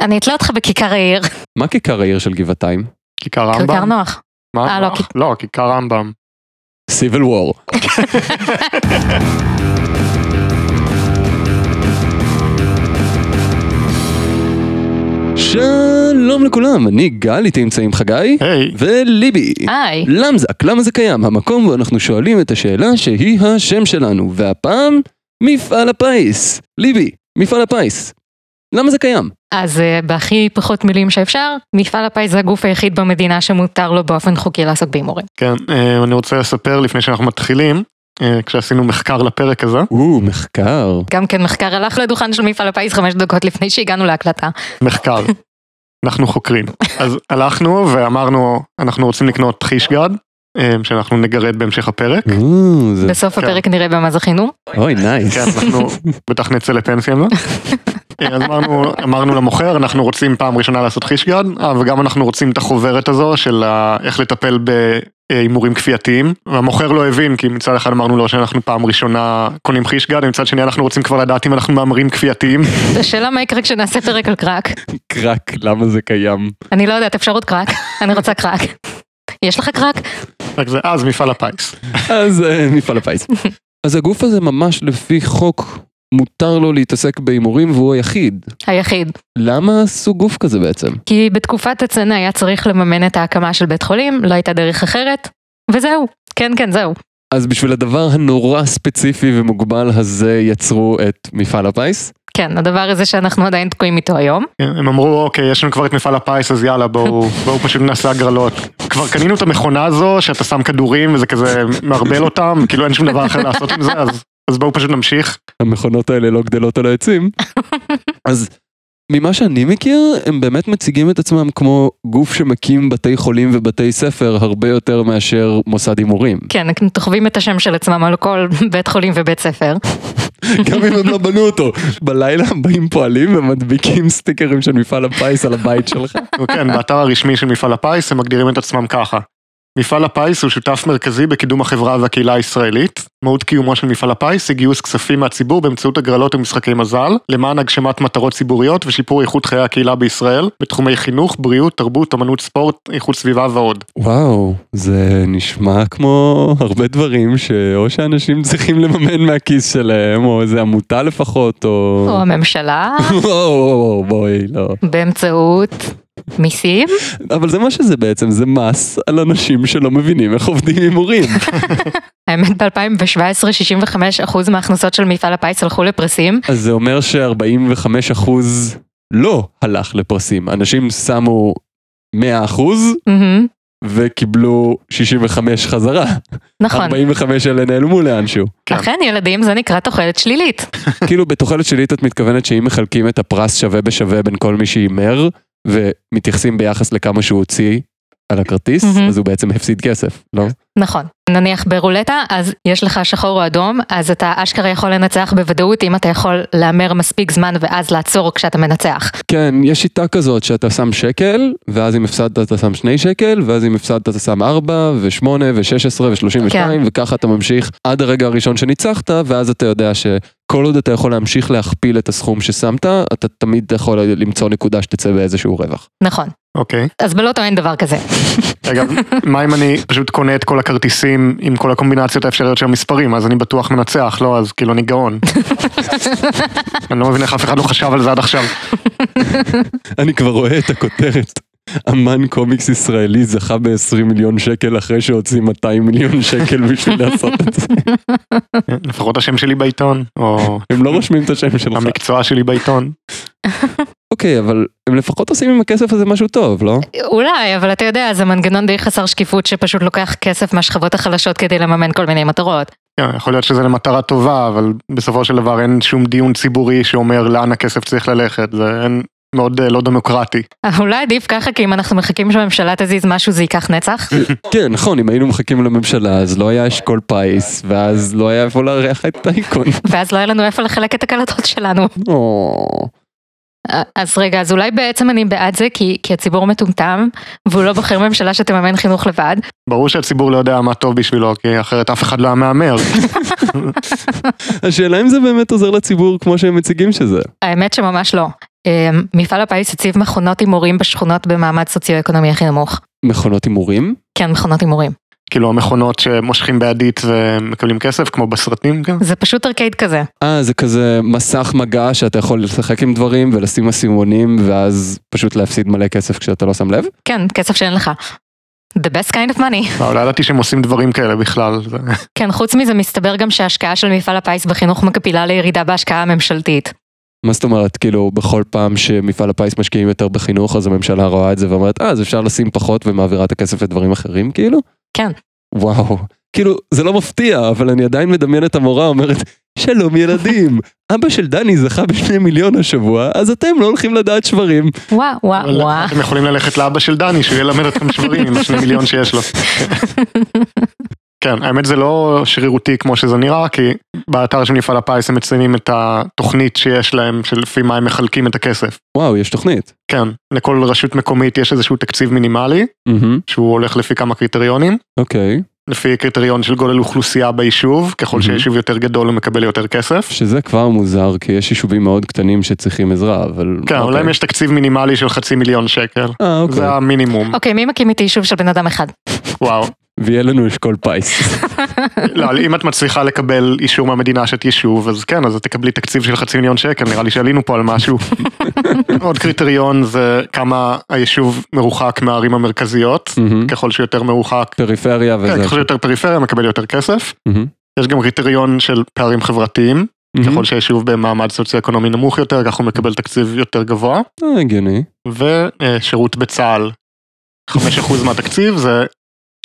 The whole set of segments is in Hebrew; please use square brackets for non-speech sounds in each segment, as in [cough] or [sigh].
אני אתלה אותך בכיכר העיר. מה כיכר העיר של גבעתיים? כיכר כיכר רמב"ם? נוח. מה? אה, לא, מה? לא, כיכר רמב"ם. סיביל וור. שלום לכולם, אני גל, איתי נמצאים חגי היי, וליבי. לא. היי. למזק, למה זה קיים? המקום בו אנחנו שואלים את השאלה שהיא השם שלנו, והפעם, מפעל הפיס. ליבי, מפעל הפיס. למה זה קיים? אז אה, בהכי פחות מילים שאפשר, מפעל הפיס זה הגוף היחיד במדינה שמותר לו באופן חוקי לעסוק בהימורים. כן, אה, אני רוצה לספר לפני שאנחנו מתחילים, אה, כשעשינו מחקר לפרק הזה, או, מחקר. גם כן מחקר הלך לדוכן של מפעל הפיס חמש דקות לפני שהגענו להקלטה. [laughs] מחקר. אנחנו חוקרים. אז הלכנו ואמרנו, אנחנו רוצים לקנות חישגד, אה, שאנחנו נגרד בהמשך הפרק. או, זה... בסוף כן. הפרק נראה במה זכינו. אוי, נייס. כן, אנחנו בטח נצא לפנסיה עם זה. אה, אז אמרנו, אמרנו למוכר, אנחנו רוצים פעם ראשונה לעשות חישגד, אה, וגם אנחנו רוצים את החוברת הזו של ה- איך לטפל בהימורים כפייתיים. והמוכר לא הבין, כי מצד אחד אמרנו לו שאנחנו פעם ראשונה קונים חישגד, ומצד שני אנחנו רוצים כבר לדעת אם אנחנו מהמרים כפייתיים. [laughs] השאלה מה יקרה כשנעשה פרק על קרק. קרק, למה זה קיים? אני לא יודעת, אפשרות קרק. אני רוצה קרק. יש לך קרק? רק זה, אז מפעל הפיס. אז אה, מפעל הפיס. אז הגוף הזה ממש לפי חוק מותר לו להתעסק בהימורים והוא היחיד. היחיד. למה עשו גוף כזה בעצם? כי בתקופת הצנע היה צריך לממן את ההקמה של בית חולים, לא הייתה דרך אחרת, וזהו. כן, כן, זהו. אז בשביל הדבר הנורא ספציפי ומוגבל הזה יצרו את מפעל הפיס? כן, הדבר הזה שאנחנו עדיין תקועים איתו היום. כן, הם אמרו, אוקיי, יש לנו כבר את מפעל הפיס, אז יאללה, בואו בואו פשוט נעשה הגרלות. כבר קנינו את המכונה הזו, שאתה שם כדורים, וזה כזה מערבל אותם, כאילו אין שום דבר אחר לעשות עם זה, אז, אז בואו פשוט נמשיך. המכונות האלה לא גדלות על העצים. אז ממה שאני מכיר, הם באמת מציגים את עצמם כמו גוף שמקים בתי חולים ובתי ספר הרבה יותר מאשר מוסד הימורים. כן, הם תוכבים את השם של עצמם על כל [laughs] בית חולים ובית ספר. גם אם הם לא בנו אותו. בלילה הם באים פועלים ומדביקים סטיקרים של מפעל הפיס על הבית שלך. כן, באתר הרשמי של מפעל הפיס הם מגדירים את עצמם ככה. מפעל הפיס הוא שותף מרכזי בקידום החברה והקהילה הישראלית. מהות קיומו של מפעל הפיס היא גיוס כספים מהציבור באמצעות הגרלות ומשחקי מזל, למען הגשמת מטרות ציבוריות ושיפור איכות חיי הקהילה בישראל, בתחומי חינוך, בריאות, תרבות, אמנות ספורט, איכות סביבה ועוד. וואו, זה נשמע כמו הרבה דברים שאו שאנשים צריכים לממן מהכיס שלהם, או איזה עמותה לפחות, או... או הממשלה, [laughs] [laughs] וואו, בואי, לא. באמצעות מיסים. אבל זה מה שזה בעצם, זה מס על אנשים שלא מבינים איך עובדים הימורים. האמת, ב-2017, 65% מההכנסות של מפעל הפיס הלכו לפרסים. אז זה אומר ש-45% לא הלך לפרסים. אנשים שמו 100% מהמם, וקיבלו 65 חזרה. נכון. 45 אלה [laughs] נעלמו לאנשהו. כן. אכן, ילדים, זה נקרא תוחלת שלילית. כאילו בתוחלת שלילית את מתכוונת שאם מחלקים את הפרס שווה בשווה בין כל מי שהימר, ומתייחסים ביחס לכמה שהוא הוציא על הכרטיס, מהמם. אז הוא בעצם הפסיד כסף, לא? נכון. נניח ברולטה, אז יש לך שחור או אדום, אז אתה אשכרה יכול לנצח בוודאות אם אתה יכול להמר מספיק זמן ואז לעצור כשאתה מנצח. כן, יש שיטה כזאת שאתה שם שקל, ואז אם הפסדת אתה שם שני שקל, ואז אם הפסדת אתה שם ארבע, ושמונה, ושש עשרה, ושלושים ושתיים, כן. וככה אתה ממשיך עד הרגע הראשון שניצחת, ואז אתה יודע שכל עוד אתה יכול להמשיך להכפיל את הסכום ששמת, אתה תמיד יכול למצוא נקודה שתצא באיזשהו רווח. נכון. אוקיי. אז בלוטו אין דבר כזה. אגב, מה אם אני פשוט קונה את כל הכרטיסים עם כל הקומבינציות האפשריות של המספרים, אז אני בטוח מנצח, לא? אז כאילו אני גאון. אני לא מבין איך אף אחד לא חשב על זה עד עכשיו. אני כבר רואה את הכותרת. אמן קומיקס ישראלי זכה ב-20 מיליון שקל אחרי שהוציא 200 מיליון שקל בשביל לעשות את זה. לפחות השם שלי בעיתון, או הם לא רושמים את השם שלך. המקצוע שלי בעיתון. אוקיי, אבל הם לפחות עושים עם הכסף הזה משהו טוב, לא? אולי, אבל אתה יודע, זה מנגנון די חסר שקיפות שפשוט לוקח כסף מהשכבות החלשות כדי לממן כל מיני מטרות. כן, יכול להיות שזה למטרה טובה, אבל בסופו של דבר אין שום דיון ציבורי שאומר לאן הכסף צריך ללכת, זה אין- מאוד אה, לא דמוקרטי. אבל אולי עדיף ככה, כי אם אנחנו מחכים שהממשלה תזיז משהו זה ייקח נצח. כן, נכון, אם היינו מחכים לממשלה, אז לא היה אשכול פיס, ואז לא היה איפה לארח את טייקון. ואז לא היה לנו איפה לחלק את הקלטות שלנו. או, אז רגע, אז אולי בעצם אני בעד זה, כי, כי הציבור מטומטם, והוא לא בוחר ממשלה שתממן חינוך לבד. ברור שהציבור לא יודע מה טוב בשבילו, כי אחרת אף אחד לא היה מהמר. השאלה אם זה באמת עוזר לציבור כמו שהם מציגים שזה. האמת שממש לא. אה, מפעל הפיס הציב מכונות הימורים בשכונות במעמד סוציו-אקונומי הכי נמוך. מכונות הימורים? כן, מכונות הימורים. כאילו המכונות שמושכים בידית ומקבלים כסף, כמו בסרטים גם. זה פשוט ארקייד כזה. אה, זה כזה מסך מגע שאתה יכול לשחק עם דברים ולשים אסימונים ואז פשוט להפסיד מלא כסף כשאתה לא שם לב? כן, כסף שאין לך. The best kind of money. וואו, לא ידעתי שהם עושים דברים כאלה בכלל. זה- כן, חוץ מזה מסתבר גם שההשקעה של מפעל הפיס בחינוך מקבילה לירידה בהשקעה הממשלתית. מה זאת אומרת, כאילו, בכל פעם שמפעל הפיס משקיעים יותר בחינוך, אז הממשלה רואה את זה ואומרת, אה, אז אפשר לשים פחות ומעבירה את הכסף לדברים אחרים, כאילו? כן. וואו. כאילו, זה לא מפתיע, אבל אני עדיין מדמיין את המורה אומרת, שלום ילדים, אבא של דני זכה בשני מיליון השבוע, אז אתם לא הולכים לדעת שברים. וואה, וואה, אבל וואה. אתם יכולים ללכת לאבא של דני, שהוא ילמד אתכם שברים עם השני מיליון שיש לו. [laughs] כן, האמת זה לא שרירותי כמו שזה נראה, כי באתר של מפעל הפיס הם מציינים את התוכנית שיש להם, שלפי מה הם מחלקים את הכסף. וואו, יש תוכנית. כן, לכל רשות מקומית יש איזשהו תקציב מינימלי, מהמם, שהוא הולך לפי כמה קריטריונים. אוקיי, לפי קריטריון של גודל אוכלוסייה ביישוב, ככל Mhm. שהיישוב יותר גדול הוא מקבל יותר כסף. שזה כבר מוזר, כי יש יישובים מאוד קטנים שצריכים עזרה, אבל... כן, אבל אוקיי. להם יש תקציב מינימלי של חצי מיליון שקל. אה, אוקיי, זה המינימום, אוקיי, מי מקים איתי יישוב של בן אדם אחד? וואו. ויהיה לנו אשכול [laughs] פיס. לא, אבל אם את מצליחה לקבל אישור מהמדינה שאת יישוב, אז כן, אז את תקבלי תקציב של חצי מיליון שקל, נראה לי שעלינו פה על משהו. עוד קריטריון זה כמה היישוב מרוחק מהערים המרכזיות, מהמם. ככל שיותר מרוחק, פריפריה וזה. כן, ככל שיותר פריפריה מקבל יותר כסף. מהמם, יש גם קריטריון של פערים חברתיים, מהמם. ככל שהיישוב במעמד סוציו-אקונומי נמוך יותר, כך הוא מקבל תקציב יותר גבוה, אה, הגיוני. ושירות בצה"ל. 5% מהתקציב זה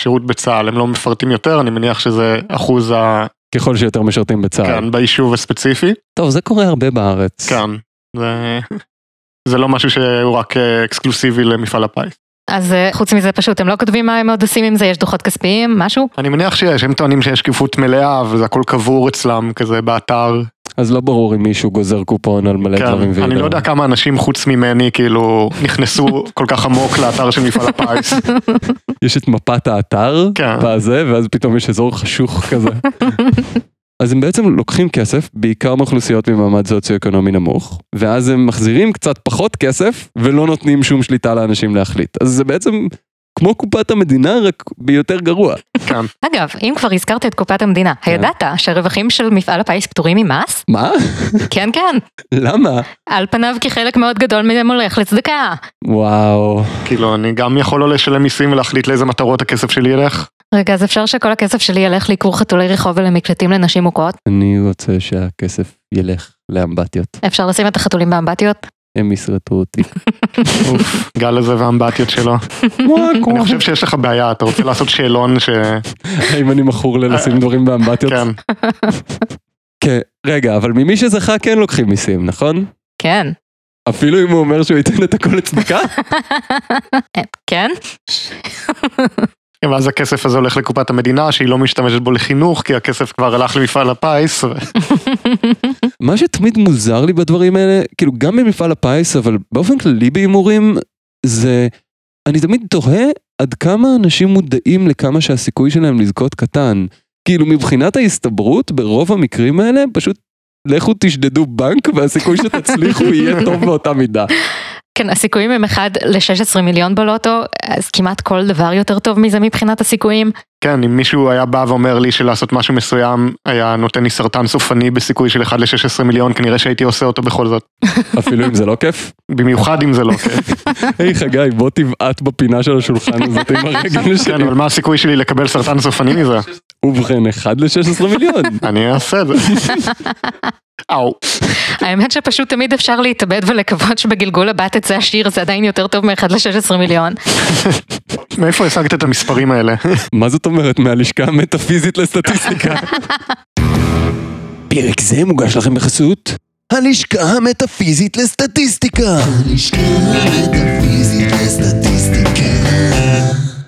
שירות בצה"ל, הם לא מפרטים יותר, אני מניח שזה אחוז ה... ככל שיותר משרתים בצה"ל. כן, ביישוב הספציפי. טוב, זה קורה הרבה בארץ. כן, זה, [laughs] זה לא משהו שהוא רק אה, אקסקלוסיבי למפעל הפיס. אז אה, חוץ מזה פשוט, הם לא כותבים מה הם עוד עושים עם זה, יש דוחות כספיים, משהו? אני מניח שיש, הם טוענים שיש שקיפות מלאה וזה הכל קבור אצלם כזה באתר. אז לא ברור אם מישהו גוזר קופון על מלא כן, דברים. אני וידע. לא יודע כמה אנשים חוץ ממני כאילו [laughs] נכנסו כל כך עמוק לאתר של מפעל [laughs] הפיס. יש את מפת האתר, כן. והזה, ואז פתאום יש אזור [laughs] חשוך כזה. אז הם בעצם לוקחים כסף, בעיקר מאוכלוסיות ממעמד סוציו-אקונומי נמוך, ואז הם מחזירים קצת פחות כסף, ולא נותנים שום שליטה לאנשים להחליט. אז זה בעצם כמו קופת המדינה, רק ביותר גרוע. כן, אגב, אם כבר הזכרת את קופת המדינה, הידעת שהרווחים של מפעל הפיס פטורים [laughs] ממס? מה? כן, כן. למה? על פניו כי חלק מאוד גדול מהם הולך לצדקה. וואו. כאילו אני גם יכול לא לשלם מיסים ולהחליט לאיזה מטרות הכסף שלי ילך. רגע, אז אפשר שכל הכסף שלי ילך לעיקור חתולי רחוב ולמקלטים לנשים מוכות? אני רוצה שהכסף ילך לאמבטיות. אפשר לשים את החתולים באמבטיות? הם ישרטו [laughs] אותי. אוף, גל הזה והאמבטיות שלו. אני חושב שיש לך בעיה, אתה רוצה לעשות שאלון ש... האם אני מכור ללשים דברים באמבטיות? כן, כן. רגע, אבל ממי שזכה כן לוקחים מיסים, נכון? כן. אפילו אם הוא אומר שהוא ייתן את הכל [laughs] לצדקה? כן? ואז הכסף הזה הולך לקופת המדינה שהיא לא משתמשת בו לחינוך כי הכסף כבר הלך למפעל הפיס. מה שתמיד מוזר לי בדברים האלה, כאילו גם במפעל הפיס, אבל באופן כללי בהימורים, זה... אני תמיד תוהה עד כמה אנשים מודעים לכמה שהסיכוי שלהם לזכות קטן. כאילו מבחינת ההסתברות, ברוב המקרים האלה, פשוט לכו תשדדו בנק והסיכוי שתצליחו יהיה טוב באותה [laughs] מידה. כן, הסיכויים הם 1 ל-16 מיליון בלוטו, אז כמעט כל דבר יותר טוב מזה מבחינת הסיכויים. [laughs] כן, אם מישהו היה בא ואומר לי שלעשות משהו מסוים היה נותן לי סרטן סופני בסיכוי של 1 ל-16 מיליון, כנראה שהייתי עושה אותו בכל זאת. אפילו אם זה לא כיף. במיוחד אם זה לא כיף. היי חגי, בוא תבעט בפינה של השולחן הזאת עם הרגל כן, שלי. אבל מה הסיכוי שלי לקבל סרטן סופני מזה? ובכן, 1 ל-16 מיליון. אני אעשה את זה. [laughs] אאו, האמת שפשוט תמיד אפשר להתאבד ולקוות שבגלגול הבא תצא השיר, זה עדיין יותר טוב מ-1 ל-16 מיליון. מאיפה השגת את המספרים האלה? מה זאת אומרת מהלשכה המטאפיזית לסטטיסטיקה? פרק זה מוגש לכם בחסות הלשכה המטאפיזית לסטטיסטיקה.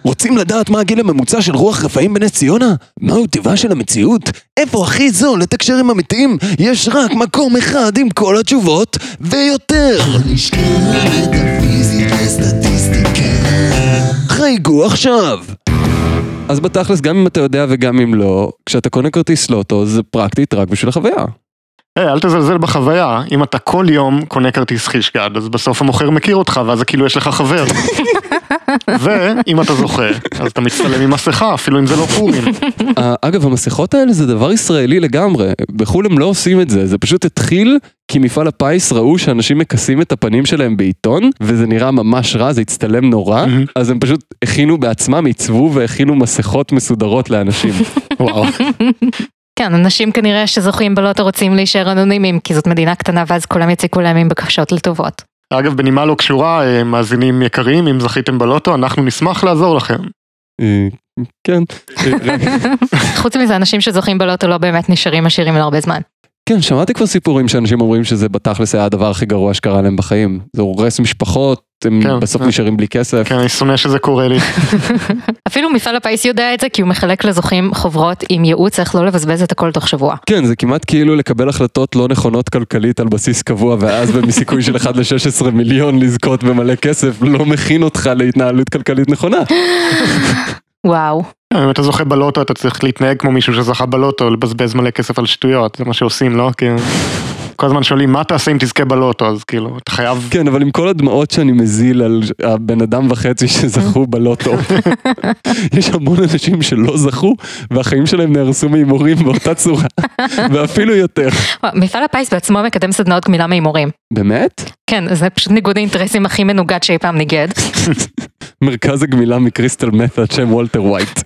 רוצים לדעת מה הגיל הממוצע של רוח רפאים בנס ציונה? מהו טבעה של המציאות? איפה הכי זול לתקשר עם המתים? יש רק מקום אחד עם כל התשובות ויותר! חייגו עכשיו! אז בתכלס, גם אם אתה יודע וגם אם לא, כשאתה קונה כרטיס לוטו, זה פרקטית רק בשביל החוויה. היי, אה, אל תזלזל בחוויה, אם אתה כל יום קונה כרטיס חישגד, אז בסוף המוכר מכיר אותך, ואז זה כאילו יש לך חבר. ואם אתה זוכה, אז אתה מצטלם עם מסכה, אפילו אם זה לא פורים. אה, אגב, המסכות האלה זה דבר ישראלי לגמרי. בחו"ל הם לא עושים את זה, זה פשוט התחיל כי מפעל הפיס ראו שאנשים מכסים את הפנים שלהם בעיתון, וזה נראה ממש רע, זה הצטלם נורא, מהמם. אז הם פשוט הכינו בעצמם, עיצבו והכינו מסכות מסודרות לאנשים. וואו. כן, אנשים כנראה שזוכים בלוטו רוצים להישאר אנונימיים, כי זאת מדינה קטנה ואז כולם יציקו להם עם בקשות לטובות. [laughs] אגב, בנימה לא קשורה, אה, מאזינים יקרים, אם זכיתם בלוטו, אנחנו נשמח לעזור לכם. אה, כן. אה, רגע. חוץ מזה, אנשים שזוכים בלוטו לא באמת נשארים עשירים להרבה זמן. כן, שמעתי כבר סיפורים שאנשים אומרים שזה בתכלס היה הדבר הכי גרוע שקרה להם בחיים. זה הורס משפחות, הם כן, בסוף כן. נשארים בלי כסף. כן, אני שונא שזה קורה לי. [laughs] אפילו מפעל הפיס יודע את זה, כי הוא מחלק לזוכים חוברות עם ייעוץ איך לא לבזבז את הכל תוך שבוע. כן, זה כמעט כאילו לקבל החלטות לא נכונות כלכלית על בסיס קבוע, ואז [laughs] מסיכוי של 1 ל-16 מיליון לזכות במלא כסף, לא מכין אותך להתנהלות כלכלית נכונה. וואו. כן, אם אתה זוכה בלוטו, אתה צריך להתנהג כמו מישהו שזכה בלוטו, לבזבז מלא כסף על שטויות, זה מה שעושים, לא? כי כל הזמן שואלים, מה תעשה אם תזכה בלוטו? אז כאילו, אתה חייב... כן, אבל עם כל הדמעות שאני מזיל על הבן אדם וחצי [laughs] שזכו בלוטו, יש המון אנשים שלא זכו, והחיים שלהם נהרסו מהימורים באותה [laughs] צורה, ואפילו יותר. וואו, מפעל הפיס בעצמו מקדם סדנאות גמילה מהימורים. באמת? כן, זה פשוט ניגוד האינטרסים הכי מנוגד שאי פעם ניגד. [laughs] מרכז הגמילה מקריסטל מת'ד שם וולטר ווייט.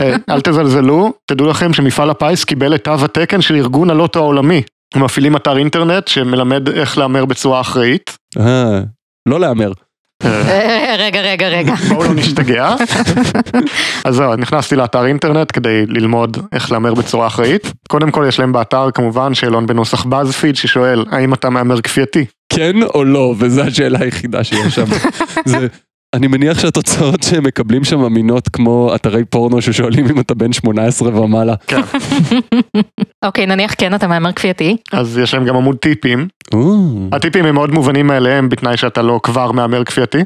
אה, אל תזלזלו, תדעו לכם שמפעל הפיס קיבל את תו התקן של ארגון הלוטו העולמי. הם מפעילים אתר אינטרנט שמלמד איך להמר בצורה אחראית. אה, לא להמר. אה, אה, רגע, רגע, רגע. בואו לא נשתגע. אז זהו, נכנסתי לאתר אינטרנט כדי ללמוד איך להמר בצורה אחראית. קודם כל יש להם באתר כמובן שאלון בנוסח באזפיד ששואל האם אתה מהמר כפייתי. כן או לא, וזו השאלה היחידה שיש שם. זה, אני מניח שהתוצאות שהם מקבלים שם אמינות כמו אתרי פורנו ששואלים אם אתה בן 18 ומעלה. אוקיי, נניח כן, אתה מהמר כפייתי. אז יש להם גם עמוד טיפים. או, הטיפים הם מאוד מובנים מאליהם בתנאי שאתה לא כבר מהמר כפייתי.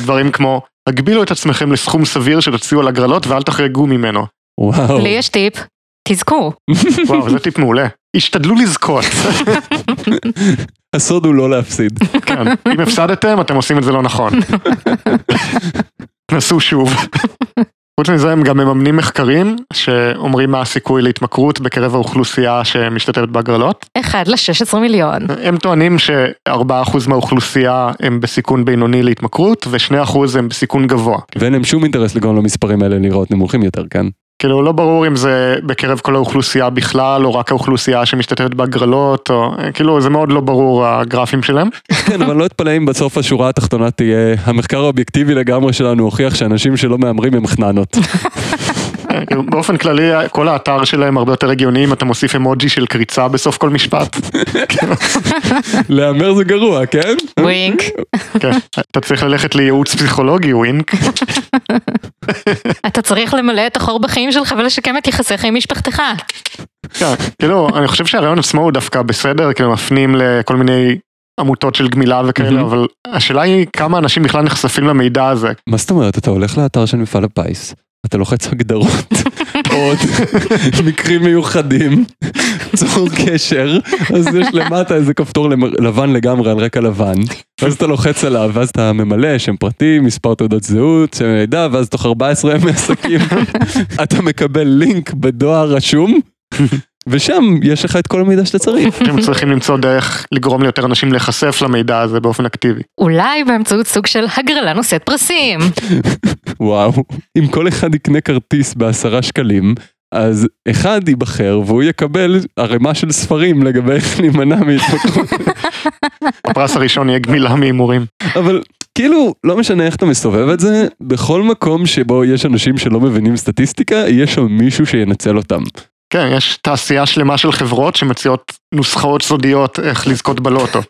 דברים כמו הגבילו את עצמכם לסכום סביר שתוציאו על הגרלות ואל תחרגו ממנו. וואו. לי יש טיפ, תזכו. וואו, זה טיפ מעולה. השתדלו לזכות. הסוד הוא לא להפסיד. כן. אם הפסדתם, אתם עושים את זה לא נכון. נסו שוב. חוץ מזה הם גם מממנים מחקרים שאומרים מה הסיכוי להתמכרות בקרב האוכלוסייה שמשתתפת בהגרלות. אחד ל-16 [laughs] מיליון. הם טוענים ש-4% מהאוכלוסייה הם בסיכון בינוני להתמכרות ו-2% הם בסיכון גבוה. ואין להם שום אינטרס לגרום למספרים האלה לראות נמוכים יותר, כן? כאילו לא ברור אם זה בקרב כל האוכלוסייה בכלל או רק האוכלוסייה שמשתתפת בהגרלות או כאילו זה מאוד לא ברור הגרפים שלהם. כן, אבל לא אתפלא אם בסוף השורה התחתונה תהיה, המחקר האובייקטיבי לגמרי שלנו הוכיח שאנשים שלא מהמרים הם חננות. כאילו, באופן כללי כל האתר שלהם הרבה יותר הגיוני אם אתה מוסיף אמוג'י של קריצה בסוף כל משפט. להמר זה גרוע, כן? ווינק. כן. אתה צריך ללכת לייעוץ פסיכולוגי ווינק. אתה צריך למלא את החור בחיים שלך ולשקם את יחסיך עם משפחתך. כן, כאילו אני חושב שהרעיון עצמו הוא דווקא בסדר כאילו מפנים לכל מיני עמותות של גמילה וכאלה מהמם. אבל השאלה היא כמה אנשים בכלל נחשפים למידע הזה. מה זאת אומרת? אתה הולך לאתר של מפעל הפיס, אתה לוחץ הגדרות, עוד מקרים מיוחדים, צור קשר, אז יש למטה איזה כפתור למ- לבן לגמרי על רקע לבן, ואז אתה לוחץ עליו, ואז אתה ממלא שם פרטי, מספר תעודת זהות, שם מידע, ואז תוך 14 ימי עסקים [laughs] אתה מקבל לינק בדואר רשום, ושם יש לך את כל המידע שאתה צריך. אתם צריכים למצוא דרך לגרום ליותר אנשים להיחשף למידע הזה באופן אקטיבי. אולי באמצעות סוג של הגרלה נושאת פרסים. וואו. אם כל אחד יקנה כרטיס בעשרה שקלים, אז אחד ייבחר והוא יקבל ערימה של ספרים לגבי איך להימנע מהתמכרות. [laughs] הפרס הראשון יהיה גמילה מהימורים. אבל כאילו, לא משנה איך אתה מסובב את זה, בכל מקום שבו יש אנשים שלא מבינים סטטיסטיקה, יהיה שם מישהו שינצל אותם. כן, יש תעשייה שלמה של חברות שמציעות נוסחאות סודיות איך לזכות בלוטו.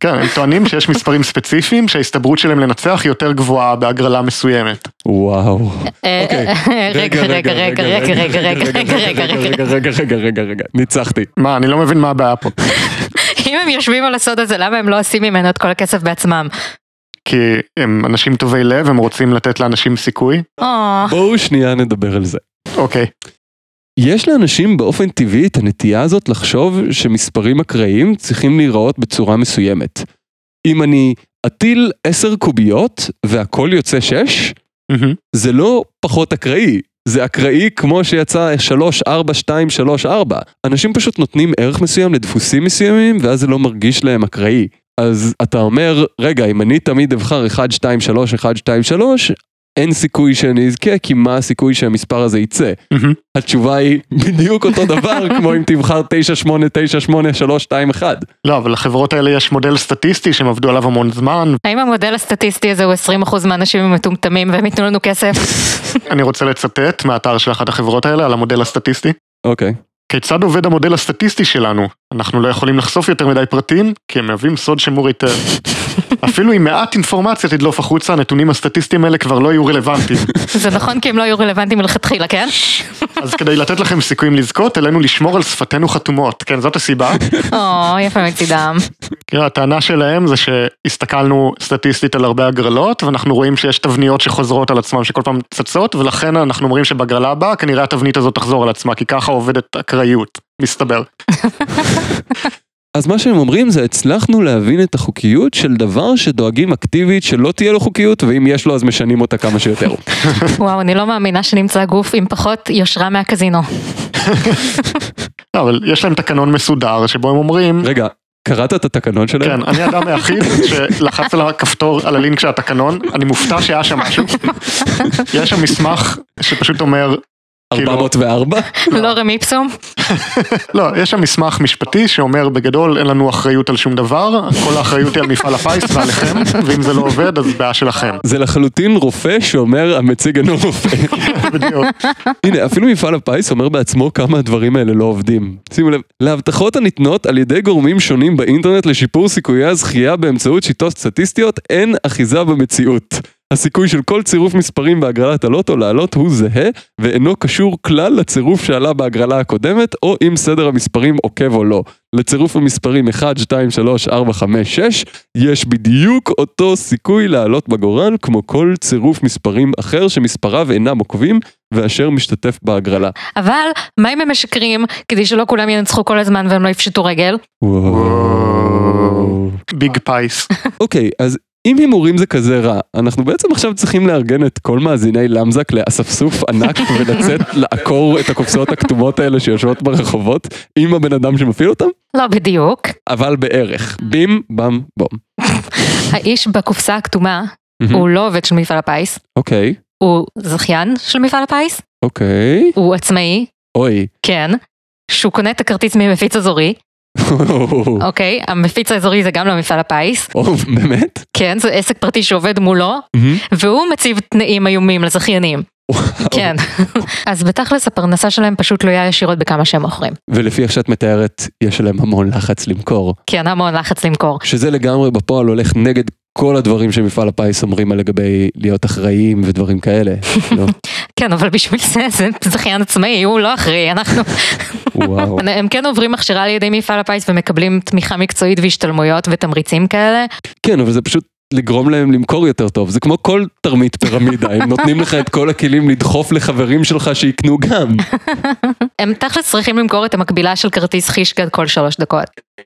כן, הם טוענים שיש מספרים ספציפיים שההסתברות שלהם לנצח היא יותר גבוהה בהגרלה מסוימת. וואו. אה, אוקיי. אה, רגע, רגע, רגע, רגע, רגע, רגע, רגע, רגע, רגע. רגע, רגע, רגע, רגע, רגע, [laughs] ניצחתי. מה, אני לא מבין מה הבעיה פה. אם הם יושבים על הסוד הזה, למה הם לא עושים ממנו את כל הכסף [laughs] בעצמם? כי הם אנשים טובי לב, הם רוצים לתת לאנשים סיכוי. או, בואו שנייה נדבר על זה. אוקיי. יש לאנשים באופן טבעי את הנטייה הזאת לחשוב שמספרים אקראיים צריכים להיראות בצורה מסוימת. אם אני אטיל 10 קוביות והכל יוצא 6, מהמם. זה לא פחות אקראי, זה אקראי כמו שיצא 3, 4, 2, 3, 4. אנשים פשוט נותנים ערך מסוים לדפוסים מסוימים, ואז זה לא מרגיש להם אקראי. אז אתה אומר, רגע, אם אני תמיד אבחר 1, 2, 3, 1, 2, 3, אין סיכוי שאני אזכה, כי מה הסיכוי שהמספר הזה יצא? מהמם. התשובה היא בדיוק אותו דבר כמו אם תבחר 9898321. לא, אבל לחברות האלה יש מודל סטטיסטי שהם עבדו עליו המון זמן. האם המודל הסטטיסטי הזה הוא 20% מהאנשים הם מטומטמים והם ייתנו לנו כסף? אני רוצה לצטט מהאתר של אחת החברות האלה על המודל הסטטיסטי. אוקיי. כיצד עובד המודל הסטטיסטי שלנו? אנחנו לא יכולים לחשוף יותר מדי פרטים, כי הם מהווים סוד שמור היטב. אפילו אם מעט אינפורמציה תדלוף החוצה, הנתונים הסטטיסטיים האלה כבר לא יהיו רלוונטיים. זה נכון כי הם לא היו רלוונטיים מלכתחילה, כן? אז כדי לתת לכם סיכויים לזכות, עלינו לשמור על שפתנו חתומות. כן, זאת הסיבה. או, יפה מצידם. תראה, הטענה שלהם זה שהסתכלנו סטטיסטית על הרבה הגרלות, ואנחנו רואים שיש תבניות שחוזרות על עצמן, שכל פעם צצות, ולכן אנחנו אומרים שבגרלה הבאה כנראה התבנית הזאת תחזור על עצמה, כי ככה עובדת אקראיות, מסתבר. אז מה שהם אומרים זה הצלחנו להבין את החוקיות של דבר שדואגים אקטיבית שלא תהיה לו חוקיות ואם יש לו אז משנים אותה כמה שיותר. וואו, אני לא מאמינה שנמצא גוף עם פחות יושרה מהקזינו. לא, אבל יש להם תקנון מסודר שבו הם אומרים, רגע, קראת את התקנון שלהם? כן, אני האדם היחיד שלחץ על הכפתור, על הלינק של התקנון, אני מופתע שהיה שם משהו. יש שם מסמך שפשוט אומר, 404? לא רמי פסום? לא, יש שם מסמך משפטי שאומר בגדול אין לנו אחריות על שום דבר, כל האחריות היא על מפעל הפיס ועליכם, ואם זה לא עובד אז בעיה שלכם. זה לחלוטין רופא שאומר המציג אינו רופא. בדיוק. הנה, אפילו מפעל הפיס אומר בעצמו כמה הדברים האלה לא עובדים. שימו לב, להבטחות הניתנות על ידי גורמים שונים באינטרנט לשיפור סיכויי הזכייה באמצעות שיטות סטטיסטיות אין אחיזה במציאות. הסיכוי של כל צירוף מספרים בהגרלת הלוטו לעלות הוא זהה, ואינו קשור כלל לצירוף שעלה בהגרלה הקודמת, או אם סדר המספרים עוקב או לא. לצירוף המספרים 1, 2, 3, 4, 5, 6, יש בדיוק אותו סיכוי לעלות בגורל כמו כל צירוף מספרים אחר שמספריו אינם עוקבים, ואשר משתתף בהגרלה. אבל, מה אם הם משקרים כדי שלא כולם ינצחו כל הזמן והם לא יפשטו רגל? וואו. ביג פיס. אוקיי, אז אם הימורים זה כזה רע, אנחנו בעצם עכשיו צריכים לארגן את כל מאזיני למזק לאספסוף ענק ולצאת לעקור את הקופסאות הכתומות האלה שיושבות ברחובות עם הבן אדם שמפעיל אותם, לא בדיוק. אבל בערך. בים, במ, בום. האיש בקופסה הכתומה הוא לא עובד של מפעל הפיס, אוקיי, הוא זכיין של מפעל הפיס, אוקיי. הוא עצמאי, אוי. כן, שהוא קונה את הכרטיס ממפיץ אזורי, אוקיי, המפיץ האזורי זה גם לא מפעל הפיס, או, באמת? כן, זה עסק פרטי שעובד מולו, מהמם. והוא מציב תנאים איומים לזכיינים. [laughs] כן. אז בתכלס הפרנסה שלהם פשוט תלויה ישירות בכמה שהם מוכרים. ולפי איך שאת מתארת, יש עליהם המון לחץ למכור. כן, המון לחץ למכור. שזה לגמרי בפועל הולך נגד כל הדברים שמפעל הפיס אומרים על לגבי להיות אחראיים ודברים כאלה. [laughs] לא? כן, אבל בשביל זה זה זכיין עצמאי, הוא לא אחראי, אנחנו... וואו. הם כן עוברים הכשרה על ידי מפעל הפיס ומקבלים תמיכה מקצועית והשתלמויות ותמריצים כאלה. כן, אבל זה פשוט לגרום להם למכור יותר טוב. זה כמו כל תרמית פירמידה, הם נותנים לך את כל הכלים לדחוף לחברים שלך שיקנו גם. הם תכלס צריכים למכור את המקבילה של כרטיס חישגד כל שלוש דקות,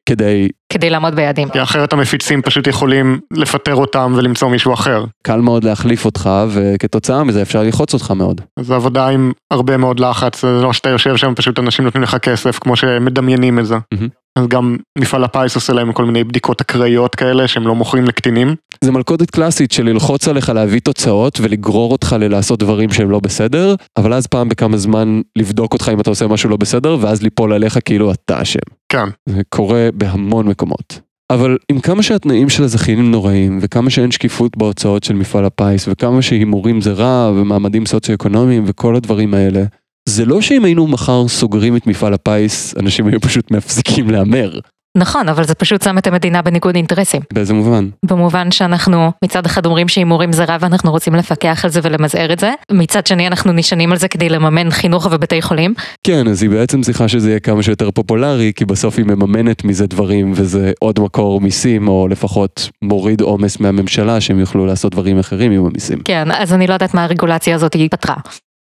כדי, כדי לעמוד ביעדים. כי אחרת המפיצים פשוט יכולים לפטר אותם ולמצוא מישהו אחר. קל מאוד להחליף אותך, וכתוצאה מזה אפשר ללחוץ אותך מאוד. אז זו עבודה עם הרבה מאוד לחץ, זה לא שאתה יושב שם, פשוט אנשים נותנים לך כסף, כמו שמדמיינים את זה. מהמם. אז גם מפעל הפיס עושה להם כל מיני בדיקות אקראיות כאלה שהם לא מוכרים לקטינים. זה מלכודת קלאסית של ללחוץ עליך להביא תוצאות ולגרור אותך ללעשות דברים שהם לא בסדר, אבל אז פעם בכמה זמן לבדוק אותך אם אתה עושה משהו לא בסדר, ואז ליפול עליך כאילו אתה אשם. כן. זה קורה בהמון מקומות. אבל עם כמה שהתנאים של הזכיינים נוראים, וכמה שאין שקיפות בהוצאות של מפעל הפיס, וכמה שהימורים זה רע, ומעמדים סוציו-אקונומיים, וכל הדברים האלה, זה לא שאם היינו מחר סוגרים את מפעל הפיס, אנשים היו פשוט מפסיקים להמר, נכון, אבל זה פשוט שם את המדינה בניגוד אינטרסים. באיזה מובן. במובן שאנחנו מצד אחד אומרים שהימורים זה רע ואנחנו רוצים לפקח על זה ולמזער את זה, מצד שני אנחנו נשענים על זה כדי לממן חינוך ובתי חולים. כן, אז היא בעצם צריכה שזה יהיה כמה שיותר פופולרי, כי בסוף היא מממנת מזה דברים, וזה עוד מקור מיסים, או לפחות מוריד עומס מהממשלה, שהם יוכלו לעשות דברים אחרים עם המיסים. כן, אז אני לא יודעת מה הרגולציה הזאת היא פתרה.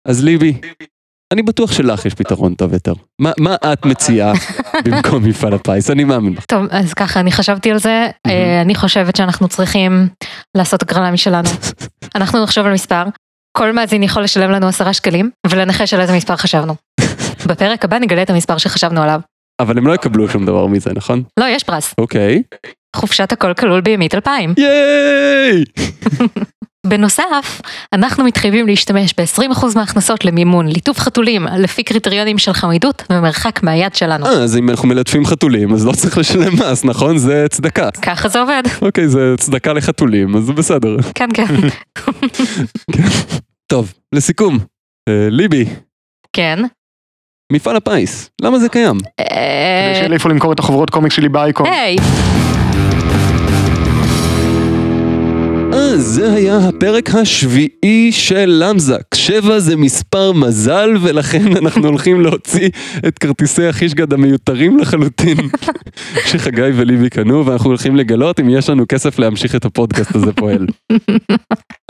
אז ליבי, אני בטוח שלך יש פתרון טוב יותר. מה, מה את מציעה במקום מפעל הפיס? אני מאמין לך. טוב, אז ככה, אני חשבתי על זה, אה, אני חושבת שאנחנו צריכים לעשות הגרלה משלנו. אנחנו נחשוב על מספר, כל מאזין יכול לשלם לנו עשרה שקלים, ולנחש על איזה מספר [laughs] חשבנו. בפרק הבא נגלה את המספר שחשבנו עליו. אבל הם לא יקבלו שום דבר מזה, נכון? לא, יש פרס. אוקיי. חופשת הכל כלול בימית 2000. ייי! בנוסף, אנחנו מתחייבים להשתמש ב-20% מההכנסות למימון ליטוף חתולים לפי קריטריונים של חמידות ומרחק מהיד שלנו. אה, אז אם אנחנו מלטפים חתולים, אז לא צריך לשלם מס, נכון? זה צדקה. אה. ככה זה עובד. אוקיי, זה צדקה לחתולים, אז זה בסדר. [laughs] כן, כן. [laughs] טוב, לסיכום, אה, ליבי, כן. מפעל הפיס, למה זה קיים? אה, כדי שיהיה לי איפה למכור את החוברות קומיקס שלי באייקון. היי, אה, זה היה הפרק השביעי של למזק. שבע זה מספר מזל, ולכן [laughs] אנחנו הולכים להוציא את כרטיסי החישגד המיותרים לחלוטין שחגי וליבי קנו, ואנחנו הולכים לגלות אם יש לנו כסף להמשיך את הפודקאסט הזה פועל.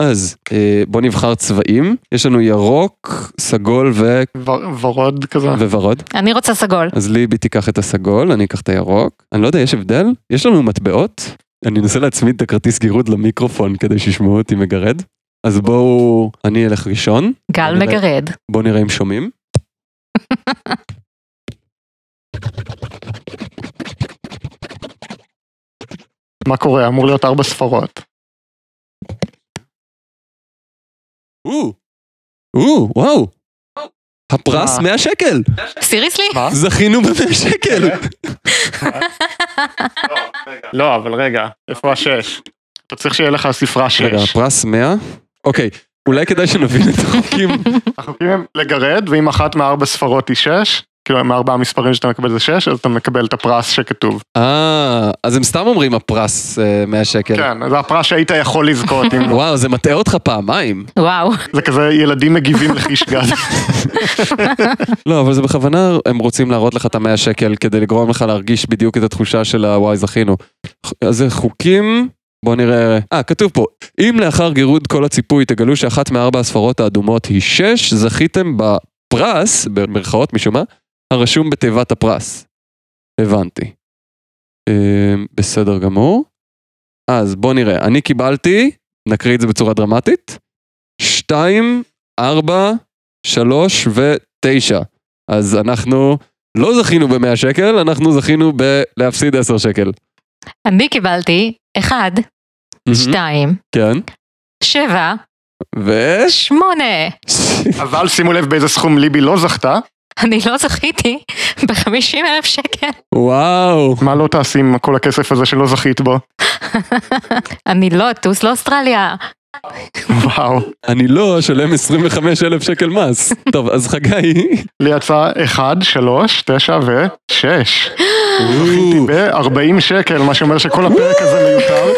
אז אה, בוא נבחר צבעים. יש לנו ירוק, סגול ו... ו- ורוד כזה. וורוד. אני רוצה סגול. אז ליבי תיקח את הסגול, אני אקח את הירוק. אני לא יודע, יש הבדל? יש לנו מטבעות? אני אנסה להצמיד את הכרטיס גירוד למיקרופון כדי שישמעו אותי מגרד. אז בואו, אני אלך ראשון, גל אני מגרד. בואו נראה אם שומעים. מה קורה? אמור להיות ארבע ספרות. או, או, וואו. הפרס אה. 100 שקל! סיריסלי? מה? זכינו ב-100 שקל! לא, אבל רגע, איפה השש? אתה צריך שיהיה לך ספרה רגע, שש. הפרס 100? אוקיי, אולי כדאי שנבין את [laughs] החוקים. החוקים הם לגרד, ואם אחת מארבע ספרות היא שש, כאילו מארבעה מספרים שאתה מקבל זה שש, אז אתה מקבל את הפרס שכתוב. אה, אז הם סתם אומרים הפרס אה, 100 שקל. כן, אז הפרס שהיית יכול [laughs] לזכות. אם- וואו, זה מטעה אותך פעמיים. וואו. זה כזה ילדים מגיבים לחיש גד. [laughs] לא, אבל זה בכוונה, הם רוצים להראות לך את המאה שקל כדי לגרום לך להרגיש בדיוק את התחושה של הוואי זכינו. אז זה חוקים, בוא נראה, אה, כתוב פה, אם לאחר גירוד כל הציפוי תגלו שאחת מארבע הספרות האדומות היא שש, זכיתם בפרס, במרכאות משום מה, הרשום בתיבת הפרס. הבנתי. אה, בסדר גמור. אז בוא נראה, אני קיבלתי, נקריא את זה בצורה דרמטית, שתיים, ארבע, שלוש ותשע. אז אנחנו לא זכינו ב-100 שקל, אנחנו זכינו בלהפסיד 10 שקל. אני קיבלתי 1, 2, כן, 7, ו... 8. אבל שימו לב באיזה סכום ליבי לא זכתה, אני לא זכיתי ב-50 אלף שקל. וואו. מה לא תעשי עם כל הכסף הזה שלא זכית בו? [laughs] אני לא אטוס לאוסטרליה. וואו. אני לא אשלם 25 אלף שקל מס. [laughs] טוב, אז חגי, לי יצא 1, 3, 9 ו-6. ב-40 שקל, מה שאומר שכל הפרק הזה מיותר.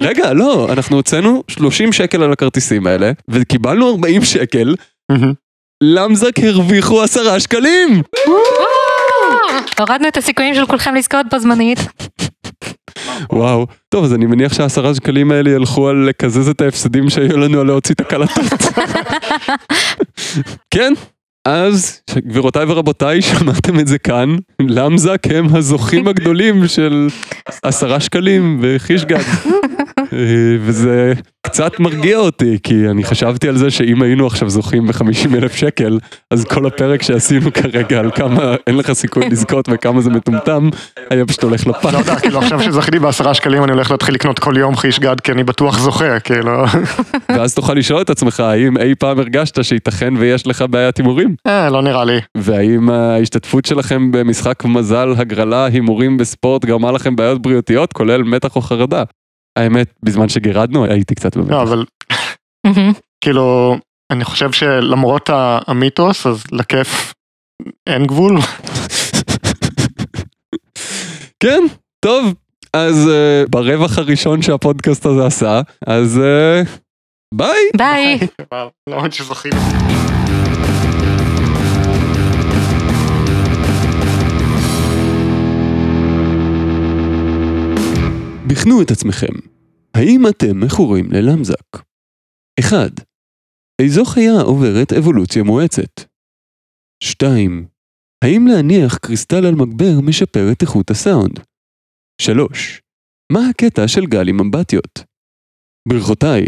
רגע, לא, אנחנו הוצאנו 30 שקל על הכרטיסים האלה, וקיבלנו 40 שקל, מהמם. למזק הרוויחו 10 שקלים! הורדנו את הסיכויים של כולכם לזכות בו זמנית. וואו. טוב, אז אני מניח שהעשרה שקלים האלה ילכו על לקזז את ההפסדים שהיו לנו על להוציא את הקלטות. כן, אז גבירותיי ורבותיי, שמעתם את זה כאן, למזק הם הזוכים הגדולים של עשרה שקלים וחישגג. אה, וזה קצת מרגיע אותי, כי אני חשבתי על זה שאם היינו עכשיו זוכים ב-50 אלף שקל, אז כל הפרק שעשינו כרגע על כמה אין לך סיכוי לזכות וכמה זה מטומטם, היה פשוט הולך לפח. לא יודע, כאילו עכשיו שזכיתי בעשרה שקלים אני הולך להתחיל לקנות כל יום חיש גד כי אני בטוח זוכה, כאילו. [laughs] ואז תוכל לשאול את עצמך האם אי פעם הרגשת שייתכן ויש לך בעיית הימורים? אה, לא נראה לי. והאם ההשתתפות שלכם במשחק מזל, הגרלה, הימורים בספורט גרמה לכם בעיות בריאותיות, כולל מתח או חרדה? האמת, בזמן שגירדנו הייתי קצת לא, במתח. אבל כאילו, אני חושב שלמרות ה- המיתוס, אז לכיף אין גבול. [laughs] כן, טוב. אז אה, ברווח הראשון שהפודקאסט הזה עשה, אז אה, ביי. ביי. [laughs] וואו, לא, למרות שזכינו. בחנו את עצמכם. האם אתם מכורים ללמזק? 1. איזו חיה עוברת אבולוציה מואצת? 2. האם להניח קריסטל על מגבר משפר את איכות הסאונד? 3. מה הקטע של גל עם אמבטיות? ברכותיי,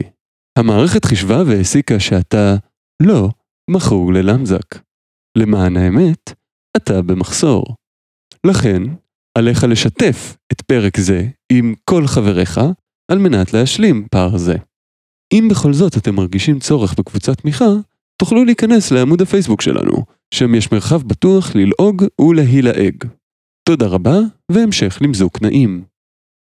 המערכת חישבה והסיקה שאתה לא מכור ללמזק. למען האמת, אתה במחסור. לכן, עליך לשתף את פרק זה עם כל חבריך על מנת להשלים פער זה. אם בכל זאת אתם מרגישים צורך בקבוצת תמיכה, תוכלו להיכנס לעמוד הפייסבוק שלנו, שם יש מרחב בטוח ללעוג ולהילעג. תודה רבה, והמשך למזוג נעים.